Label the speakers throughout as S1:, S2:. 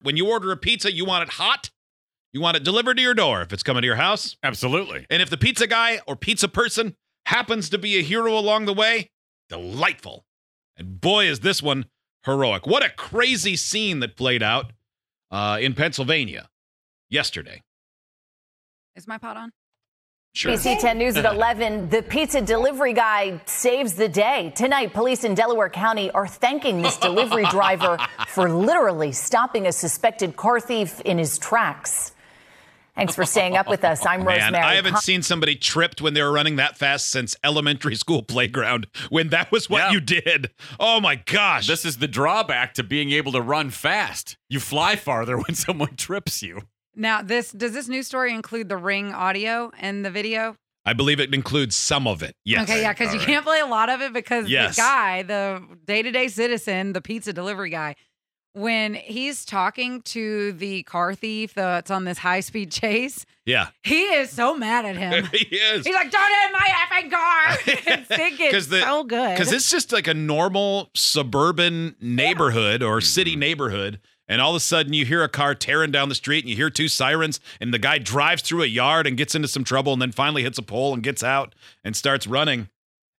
S1: When you order a pizza, you want it hot. You want it delivered to your door if it's coming to your house.
S2: Absolutely.
S1: And if the pizza guy or pizza person happens to be a hero along the way, delightful. And boy, is this one heroic. What a crazy scene that played out uh, in Pennsylvania yesterday.
S3: Is my pot on?
S1: Sure.
S4: ABC 10 News at 11, the pizza delivery guy saves the day. Tonight, police in Delaware County are thanking this delivery driver for literally stopping a suspected car thief in his tracks. Thanks for staying up with us. I'm
S1: Man,
S4: Rosemary.
S1: I haven't seen somebody tripped when they were running that fast since elementary school playground when that was what
S2: Yeah.
S1: you did. Oh my gosh.
S2: This is the drawback to being able to run fast. You fly farther when someone trips you.
S3: Now, this does this news story include the ring audio and the video?
S1: I believe it includes some of it. Yes.
S3: Okay, yeah, because you
S1: All right.
S3: can't play a lot of it because
S1: Yes.
S3: the guy, the day to day citizen, the pizza delivery guy, when he's talking to the car thief that's on this high speed chase,
S1: Yeah.
S3: he is so mad at him.
S1: he is.
S3: He's like, "Don't hit my effing car!" It's thinking
S1: 'Cause the-
S3: so good.
S1: Because it's just like a normal suburban neighborhood or city neighborhood. And all of a sudden, you hear a car tearing down the street and you hear two sirens, and the guy drives through a yard and gets into some trouble and then finally hits a pole and gets out and starts running.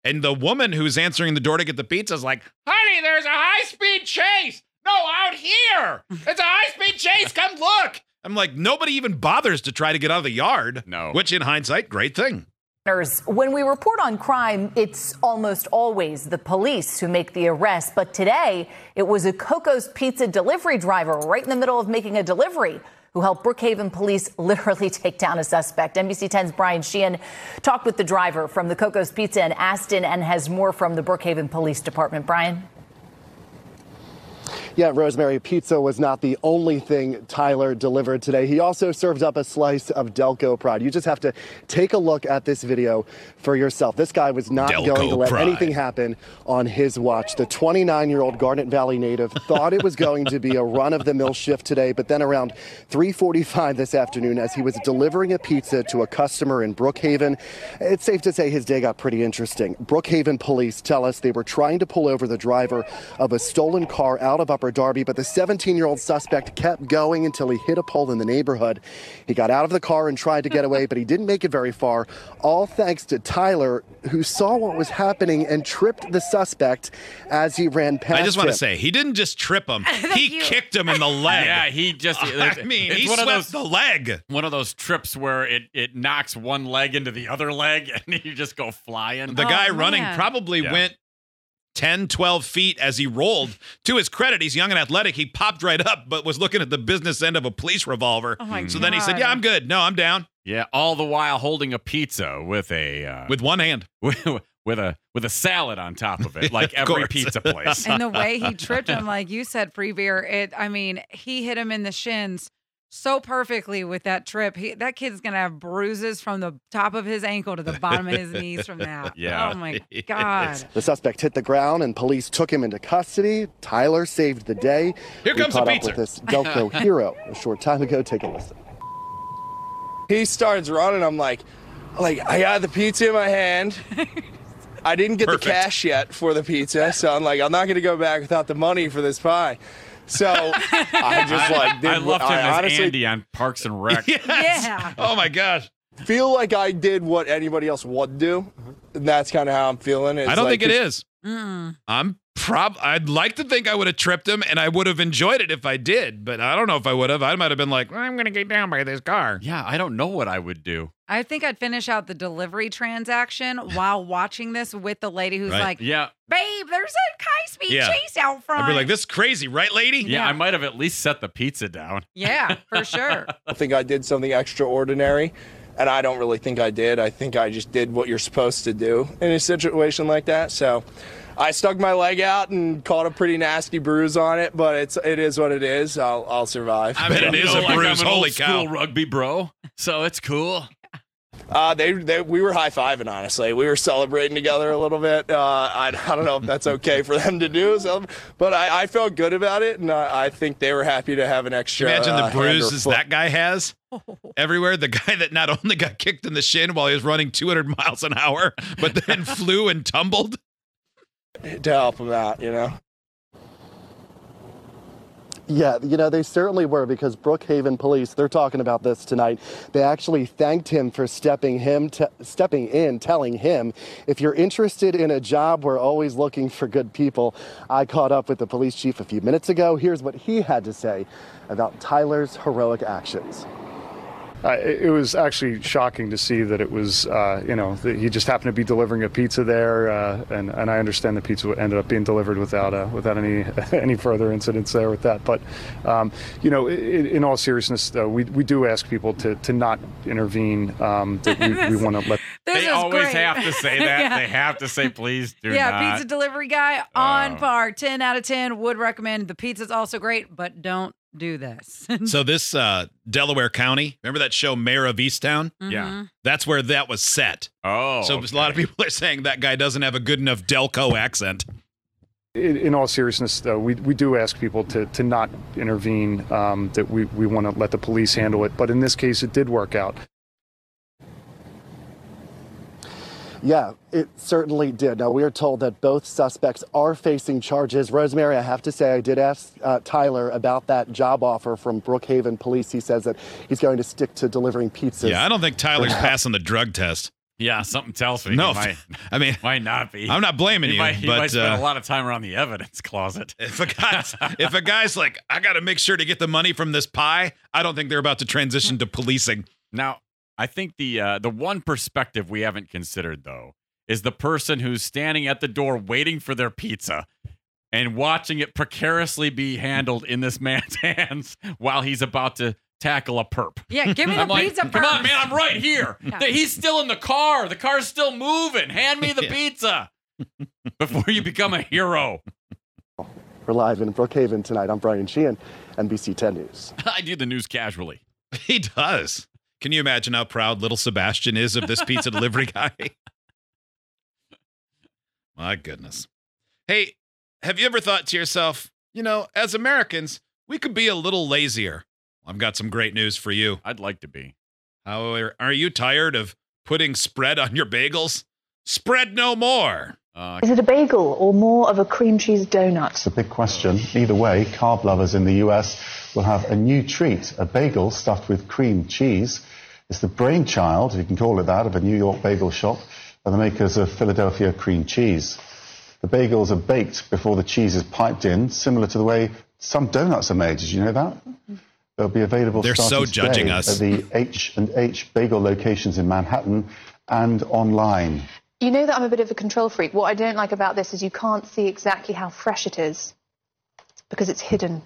S1: And the woman who's answering the door to get the pizza is like, Honey, there's a high speed chase. No, out here. It's a high speed chase. Come look. I'm like, nobody even bothers to try to get out of the yard.
S2: No.
S1: Which, in hindsight, great thing.
S4: Partners, When we report on crime, it's almost always the police who make the arrest. But today, it was a Coco's Pizza delivery driver right in the middle of making a delivery who helped Brookhaven police literally take down a suspect. NBC 10's Brian Sheehan talked with the driver from the Coco's Pizza in Aston and has more from the Brookhaven Police Department. Brian?
S5: Yeah, Rosemary, pizza was not the only thing Tyler delivered today. He also served up a slice of Delco Pride. You just have to take a look at this video for yourself. This guy was not
S1: Delco
S5: going to let
S1: Pride.
S5: anything happen on his watch. The 29 year old Garnet Valley native thought it was going to be a run of the mill shift today, but then around 345 this afternoon, as he was delivering a pizza to a customer in Brookhaven, it's safe to say his day got pretty interesting. Brookhaven police tell us they were trying to pull over the driver of a stolen car out of Upper Darby, but the 17 year old suspect kept going until he hit a pole in the neighborhood. He got out of the car and tried to get away, but he didn't make it very far, all thanks to Tyler, who saw what was happening and tripped the suspect as he ran past
S1: I just want
S5: him.
S1: to say he didn't just trip him; he
S3: you.
S1: kicked him in the leg.
S2: Yeah, he just.
S1: I mean,
S2: it's
S1: he
S2: one
S1: swept
S2: of those
S1: the leg.
S2: one of those trips where it it knocks one leg into the other leg, and you just go flying.
S1: The
S3: Oh,
S1: guy running
S3: man.
S1: probably
S2: Yeah.
S1: went 10, 12 feet as he rolled. to his credit, he's young and athletic. He popped right up, but was looking at the business end of a police revolver.
S3: Oh my
S1: so then he said,
S3: God.
S1: "Yeah, I'm good. No, I'm down."
S2: yeah, all the while holding a pizza with a uh,
S1: With one hand,
S2: with with a with a salad on top of it, like
S1: Of
S2: every
S1: course.
S2: pizza place.
S3: and the way he tripped him, like you said, free beer. It, I mean, he hit him in the shins so perfectly with that trip. He, that kid's gonna have bruises from the top of his ankle to the bottom of his knees from that.
S2: Yeah.
S3: Oh my god.
S5: The suspect hit the ground and police took him into custody. Tyler saved the day.
S1: Here
S5: we
S1: comes the
S5: caught
S1: pizza.
S5: up with this Delco hero a short time ago. Take a listen.
S6: he starts running. I'm like, like I got the pizza in my hand. I didn't get the
S1: Perfect.
S6: cash yet for the pizza, so I'm like, I'm not gonna go back without the money for this pie. So I just like did
S2: I
S6: what
S2: left him
S6: I
S2: as
S6: honestly
S2: Andy on Parks and Rec.
S1: Yes.
S3: Yeah.
S1: Oh my gosh!
S6: feel like I did what anybody else would do. And that's kind of how I'm feeling. It's
S1: I don't
S6: like
S1: think it
S6: just-
S1: is.
S3: Mm.
S1: I'm prob. I'd like to think I would have tripped him, and I would have enjoyed it if I did. But I don't know if I would have. I might have been like, "I'm going to get down by this car."
S2: Yeah, I don't know what I would do.
S3: I think I'd finish out the delivery transaction while watching this with the lady who's
S1: Right.
S3: like,
S2: Yeah,
S3: "Babe, there's a high speed
S1: Yeah.
S3: chase out front."
S1: I'd be like, "This is crazy, right, lady?"
S2: yeah,
S3: Yeah.
S2: I might have at least set the pizza down.
S3: Yeah, for sure.
S6: I think I did something extraordinary, and I don't really think I did. I think I just did what you're supposed to do in a situation like that. So I stuck my leg out and caught a pretty nasty bruise on it, but it's it is what it is. I'll I'll survive.
S1: I bet it
S2: You
S1: is a
S2: know, like
S1: bruise.
S2: I'm an
S1: Holy
S2: old
S1: cow!
S2: School rugby bro, so it's cool.
S6: Uh, they, they we were high fiving honestly. We were celebrating together a little bit. Uh, I, I don't know if that's okay for them to do, so, but I, I felt good about it, and I, I think they were happy to have an extra.
S1: Imagine
S6: uh,
S1: the
S6: hand or
S1: bruises
S6: foot.
S1: that guy has everywhere. The guy that not only got kicked in the shin while he was running 200 miles an hour, but then flew and tumbled.
S6: to help them out, you know.
S5: Yeah, you know, they certainly were because Brookhaven police, they're talking about this tonight. They actually thanked him for stepping him t- stepping in, telling him, if you're interested in a job, we're always looking for good people. I caught up with the police chief a few minutes ago. Here's what he had to say about Tyler's heroic actions.
S7: Uh, it, it was actually shocking to see that it was, uh, you know, that he just happened to be delivering a pizza there, uh, and and I understand the pizza ended up being delivered without uh, without any any further incidents there with that. But, um, you know, i in all seriousness, though, we we do ask people to, to not intervene. Um, that we, we want to let.
S3: This
S2: they
S3: is
S2: always
S3: great.
S2: have to say that.
S3: Yeah.
S2: They have to say, please do
S3: yeah,
S2: not.
S3: pizza delivery guy on
S2: Oh.
S3: par. 10 out of 10 would recommend. The pizza's also great, but don't do this.
S1: So this uh, Delaware County, remember that show Mayor of Easttown?
S2: Yeah.
S1: That's where that was set.
S2: Oh.
S1: so a lot of people are saying that guy doesn't have a good enough Delco accent.
S7: In, in all seriousness, though, we, we do ask people to, to not intervene. Um, that we, we want to let the police handle it. But in this case, it did work out.
S5: Yeah, it certainly did. Now, we are told that both suspects are facing charges. Rosemary, I have to say, I did ask uh, Tyler about that job offer from Brookhaven Police. He says that he's going to stick to delivering pizzas.
S1: Yeah, I don't think Tyler's passing the drug test.
S2: yeah, something tells me.
S1: No,
S2: he might,
S1: I mean,
S2: might not be.
S1: I'm not blaming
S2: He
S1: you,
S2: might, he might
S1: but
S2: spend a
S1: uh,
S2: lot of time around the evidence closet.
S1: if a guy's if a guy's like, I got to make sure to get the money from this pie, I don't think they're about to transition to policing.
S2: Now, I think the uh, the one perspective we haven't considered though is the person who's standing at the door waiting for their pizza and watching it precariously be handled in this man's hands while he's about to tackle a perp.
S3: yeah, give me the
S2: I'm like,
S3: pizza
S2: come on,
S3: first."
S2: man, I'm right here. Th- He's still in the car. The car's still moving. Hand me the pizza before you become a hero.
S5: We're live in Brookhaven tonight. I'm Brian Sheehan, NBC 10 News.
S2: I do the news casually.
S1: He does. Can you imagine how proud little Sebastian is of this pizza delivery guy? My goodness. Hey, have you ever thought to yourself, you know, as Americans, we could be a little lazier? I've got some great news for you.
S2: I'd like to be.
S1: How are, are you tired of putting spread on your bagels? Spread no more.
S2: Uh,
S8: Is it a bagel or more of a cream cheese donut?
S9: It's a big question. Either way, carb lovers in the US will have a new treat, a bagel stuffed with cream cheese. It's the brainchild, if you can call it that, of a New York bagel shop and the makers of Philadelphia cream cheese. The bagels are baked before the cheese is piped in, similar to the way some donuts are made. Did you know that? They'll be available
S1: They're so
S9: starting today
S1: judging us.
S9: at the H and H bagel locations in Manhattan and online.
S8: You know that I'm a bit of a control freak. What I don't like about this is you can't see exactly how fresh it is because it's hidden.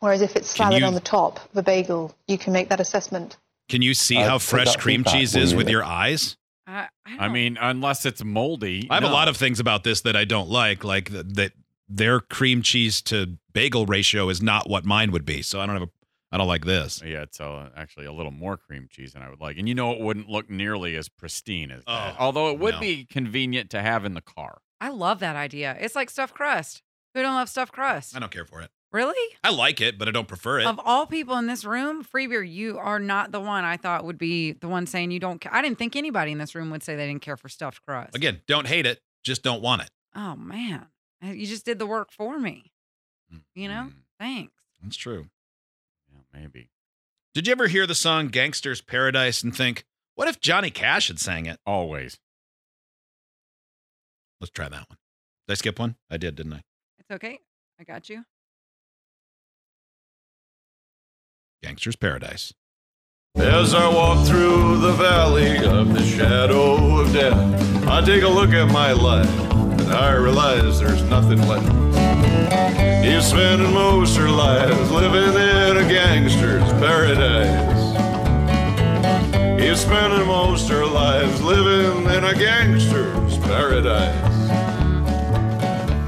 S8: Whereas if it's
S1: Can
S8: salad
S1: you-
S8: on the top of a bagel, you can make that assessment.
S1: Can you see
S9: Uh,
S1: how
S9: take
S1: fresh
S9: that
S1: cream
S9: feedback,
S1: cheese
S9: will
S1: is
S9: you?
S1: with your eyes?
S3: I, I,
S2: I
S3: don't-
S2: mean, unless it's moldy.
S1: I have a
S2: no.
S1: lot of things about this that I don't like, like th- that their cream cheese to bagel ratio is not what mine would be. So I don't have a, I don't like this.
S2: Yeah, it's uh, actually a little more cream cheese than I would like. And you know, it wouldn't look nearly as pristine as that.
S1: Oh,
S2: Although it would
S1: no.
S2: be convenient to have in the car.
S3: I love that idea. It's like stuffed crust. Who don't love stuffed crust?
S1: I don't care for it.
S3: Really?
S1: I like it, but I don't prefer it.
S3: Of all people in this room, Freebeer, you are not the one I thought would be the one saying you don't. Ca- I didn't think anybody in this room would say they didn't care for stuffed crust.
S1: Again, don't hate it, just don't want it.
S3: Oh man, you just did the work for me. You know,
S2: Mm,
S3: thanks.
S1: That's true.
S2: yeah, maybe.
S1: Did you ever hear the song Gangster's Paradise and think, what if Johnny Cash had sang it?
S2: Always.
S1: Let's try that one. Did I skip one? I did, didn't I?
S3: It's okay. I got you.
S1: Gangster's Paradise.
S10: As I walk through the valley of the shadow of death, I take a look at my life and I realize there's nothing left. You're spending most of your lives living in a gangster's paradise. You're spending most of your lives living in a gangster's paradise.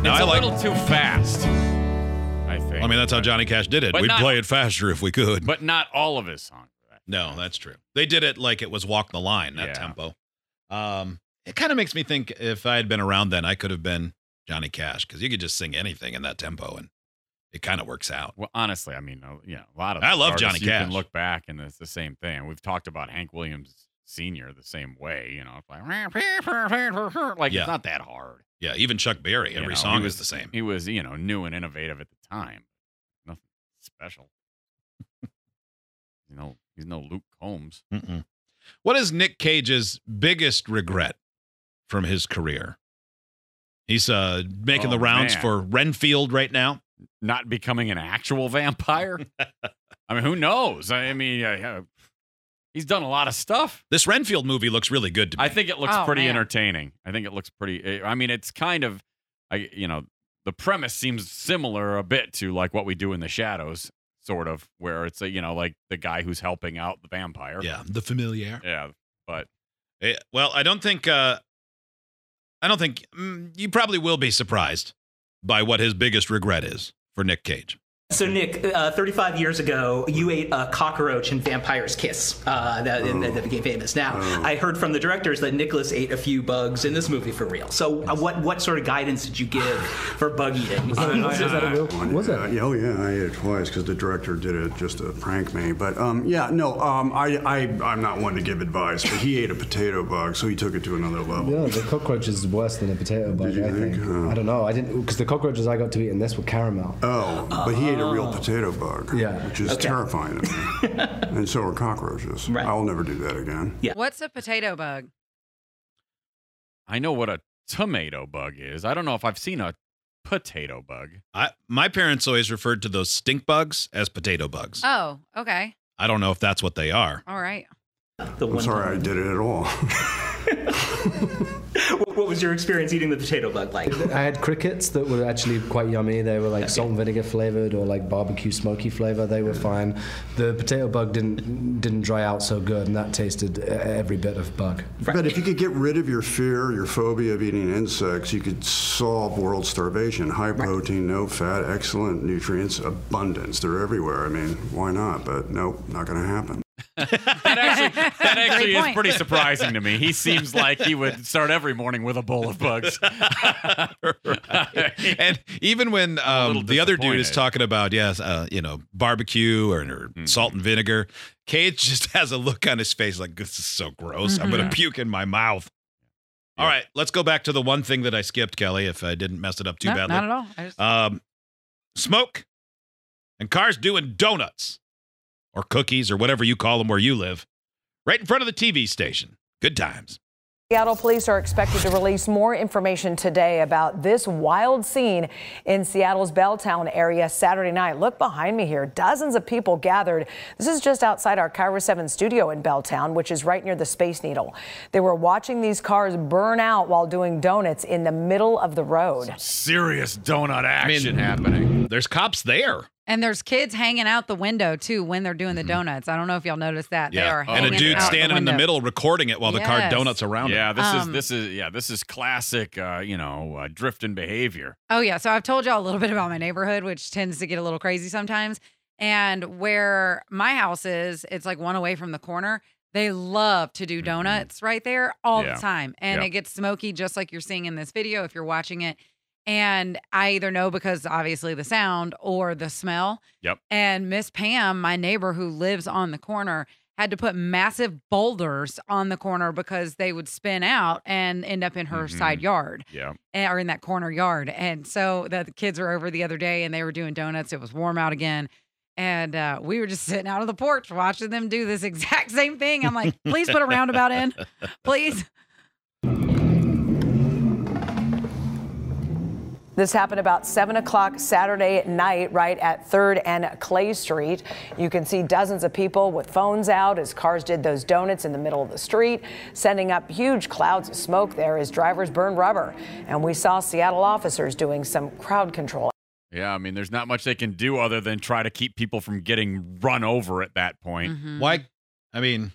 S1: No, I
S2: it's a
S1: like.
S2: little too fast. I think.
S1: I mean, that's how Johnny Cash did it.
S2: But
S1: We'd
S2: not-
S1: play it faster if we could.
S2: But not all of his songs.
S1: No, that's true. They did it like it was walk the line, that
S2: Yeah.
S1: tempo. Um, it kind of makes me think if I had been around then, I could have been Johnny Cash because you could just sing anything in that tempo, and it kind of works out.
S2: Well, honestly, I mean, uh, yeah, a lot of.
S1: I
S2: those
S1: love
S2: artists,
S1: Johnny
S2: you
S1: Cash.
S2: can look back and it's the same thing. We've talked about Hank Williams Sr. the same way. You know, it's like, like
S1: Yeah.
S2: it's not that hard.
S1: Yeah, even Chuck Berry,
S2: You
S1: every
S2: know, he
S1: song
S2: was-
S1: is the same.
S2: He was, you know, new and innovative at the time. Nothing special. you know, he's no Luke Combs.
S1: Mm-mm. What is Nick Cage's biggest regret from his career? He's uh, making
S2: Oh,
S1: the rounds
S2: man.
S1: for Renfield right now.
S2: Not becoming an actual vampire. I mean, who knows? I mean, uh, he's done a lot of stuff.
S1: This Renfield movie looks really good to me.
S2: I think it looks
S3: Oh,
S2: pretty
S3: man.
S2: entertaining. I think it looks pretty. eh, I mean, it's kind of, I you know, the premise seems similar a bit to like what we do in the shadows, sort of, where it's a you know like the guy who's helping out the vampire.
S1: yeah, The Familiar.
S2: yeah. But
S1: Eh, well, I don't think. Uh, I don't think mm, you probably will be surprised by what his biggest regret is for Nick Cage.
S11: So, Nick, uh, 35 years ago, you ate a cockroach in Vampire's Kiss uh, that, that, that became famous. Now, I heard from the directors that Nicholas ate a few bugs in this movie for real. So, uh, what, what sort of guidance did you give for bug eating?
S10: Was it? oh yeah, I ate it twice because the director did it just to prank me. But um, yeah, no, um, I, I, I'm not one to give advice. But he ate a potato bug, so he took it to another level.
S11: Yeah, the cockroach is worse than a potato bug, I think.
S10: Uh.
S11: I don't know. I didn't because the cockroaches I got to eat in this were caramel.
S10: Oh, but he ate a real potato bug.
S11: Yeah.
S10: which is terrifying to me. and so are cockroaches.
S11: Right.
S10: I'll never do that again.
S3: What's a potato bug?
S2: I know what a tomato bug is. I don't know if I've seen a potato bug.
S1: I, my parents always referred to those stink bugs as potato bugs.
S3: Oh, okay.
S1: I don't know if that's what they are.
S3: All right.
S11: The
S10: I'm
S11: one-
S10: sorry I did it at all.
S11: What, what was your experience eating the potato bug like? I had crickets that were actually quite yummy. They were like salt and vinegar flavored or like barbecue smoky flavor. They were fine. The potato bug didn't didn't dry out so good, and that tasted e- every bit of bug.
S10: But if you could get rid of your fear, your phobia of eating insects, you could solve world starvation. High protein, no fat, excellent nutrients, abundance. They're everywhere. I mean, why not? But nope, not going to happen.
S2: That actually, that actually is
S3: point.
S2: pretty surprising to me. He seems like he would start every morning with a bowl of bugs.
S1: and even when
S2: little
S1: um, the other dude is
S2: disappointed. Mm-hmm.
S1: talking about yes, uh, you know, barbecue or, or salt and vinegar, Cage just has a look on his face like this is so gross. I'm
S3: Mm-hmm.
S1: gonna puke in my mouth. All right, let's go back to the one thing that I skipped, Kelly. If I didn't mess it up too
S3: no,
S1: badly,
S3: Not at all. I just,
S1: Um, smoke and cars doing donuts or cookies or whatever you call them where you live, right in front of the TV station. Good times.
S4: Seattle police are expected to release more information today about this wild scene in Seattle's Belltown area Saturday night. Look behind me here. Dozens of people gathered. This is just outside our Cairo 7 studio in Belltown, which is right near the Space Needle. They were watching these cars burn out while doing donuts in the middle of the road.
S2: Serious donut action
S1: mean-
S2: happening.
S1: There's cops there.
S3: and there's kids hanging out the window too when they're doing the donuts. I don't know if y'all noticed that. They are
S1: Mm-hmm. and
S3: hanging
S1: a dude
S3: out
S1: standing in the
S3: window.
S1: middle recording it while the car
S3: Yes.
S1: donuts around
S2: Yeah,
S1: him.
S2: this
S3: Um,
S2: is this is yeah, this is classic uh, you know, uh, drifting behavior.
S3: Oh yeah, so I've told y'all a little bit about my neighborhood, which tends to get a little crazy sometimes. And where my house is, it's like one away from the corner. They love to
S1: Mm-hmm.
S3: do donuts right there all
S2: Yeah.
S3: the time, and
S2: Yeah.
S3: it gets smoky just like you're seeing in this video if you're watching it. And I either know because obviously the sound or the smell.
S2: Yep.
S3: And Miss Pam, my neighbor who lives on the corner, had to put massive boulders on the corner because they would spin out and end up in her
S2: Mhm.
S3: side yard
S2: Yeah.
S3: and- or in that corner yard. And so the the kids were over the other day and they were doing donuts. It was warm out again. And uh, we were just sitting out on the porch watching them do this exact same thing. I'm like, please put a roundabout in, please.
S4: This happened about 7 o'clock Saturday night, right at 3rd and Clay Street. You can see dozens of people with phones out as cars did those donuts in the middle of the street, sending up huge clouds of smoke there as drivers burned rubber. And we saw Seattle officers doing some crowd control.
S2: Yeah, I mean there's not much they can do other than try to keep people from getting run over at that point.
S3: Mhm.
S1: Why? I mean,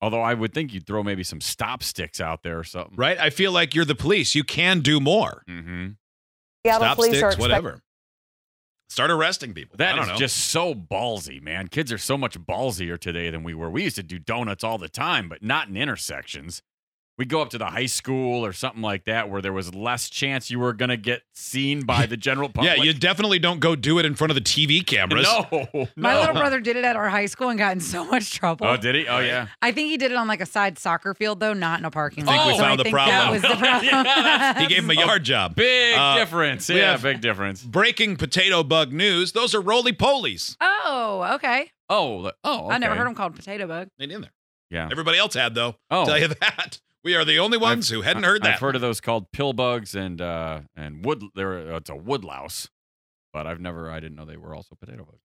S2: Although I would think you'd throw maybe some stop sticks out there or something.
S1: right? I feel like you're the police. You can do more.
S2: Mm-hmm.
S4: Seattle
S1: Stop
S4: police
S1: sticks,
S4: are expected
S1: whatever. Start arresting people. I
S2: That
S1: don't
S2: is
S1: know.
S2: just so ballsy, man. Kids are so much ballsier today than we were. We used to do donuts all the time, but not in intersections. we go up to the high school or something like that where there was less chance you were going to get seen by the general
S1: yeah,
S2: public.
S1: you definitely don't go do it in front of the TV cameras.
S2: No, no.
S3: My little brother did it at our high school and got in so much trouble.
S2: Oh, did he? Oh, yeah.
S3: I think he did it on like a side soccer field though, not in a parking lot.
S1: think we
S3: So
S1: found the
S3: think
S1: problem.
S3: That was the problem.
S2: Oh, Yeah, that's-
S1: He gave him a yard job.
S2: Big
S1: Uh,
S2: difference.
S1: we
S2: Yeah,
S1: have-
S2: big difference.
S1: Breaking potato bug news. Those are roly polies.
S3: Oh, okay.
S2: Oh, the- oh.
S3: I never
S2: okay.
S3: heard him called potato bug.
S1: Ain't in there.
S2: Yeah.
S1: Everybody else had though.
S2: Oh.
S1: Tell you that. We are the only ones who hadn't heard that.
S2: I've heard of those called pill bugs and uh and wood. There, it's a woodlouse, but I've never. I didn't know they were also potato bugs.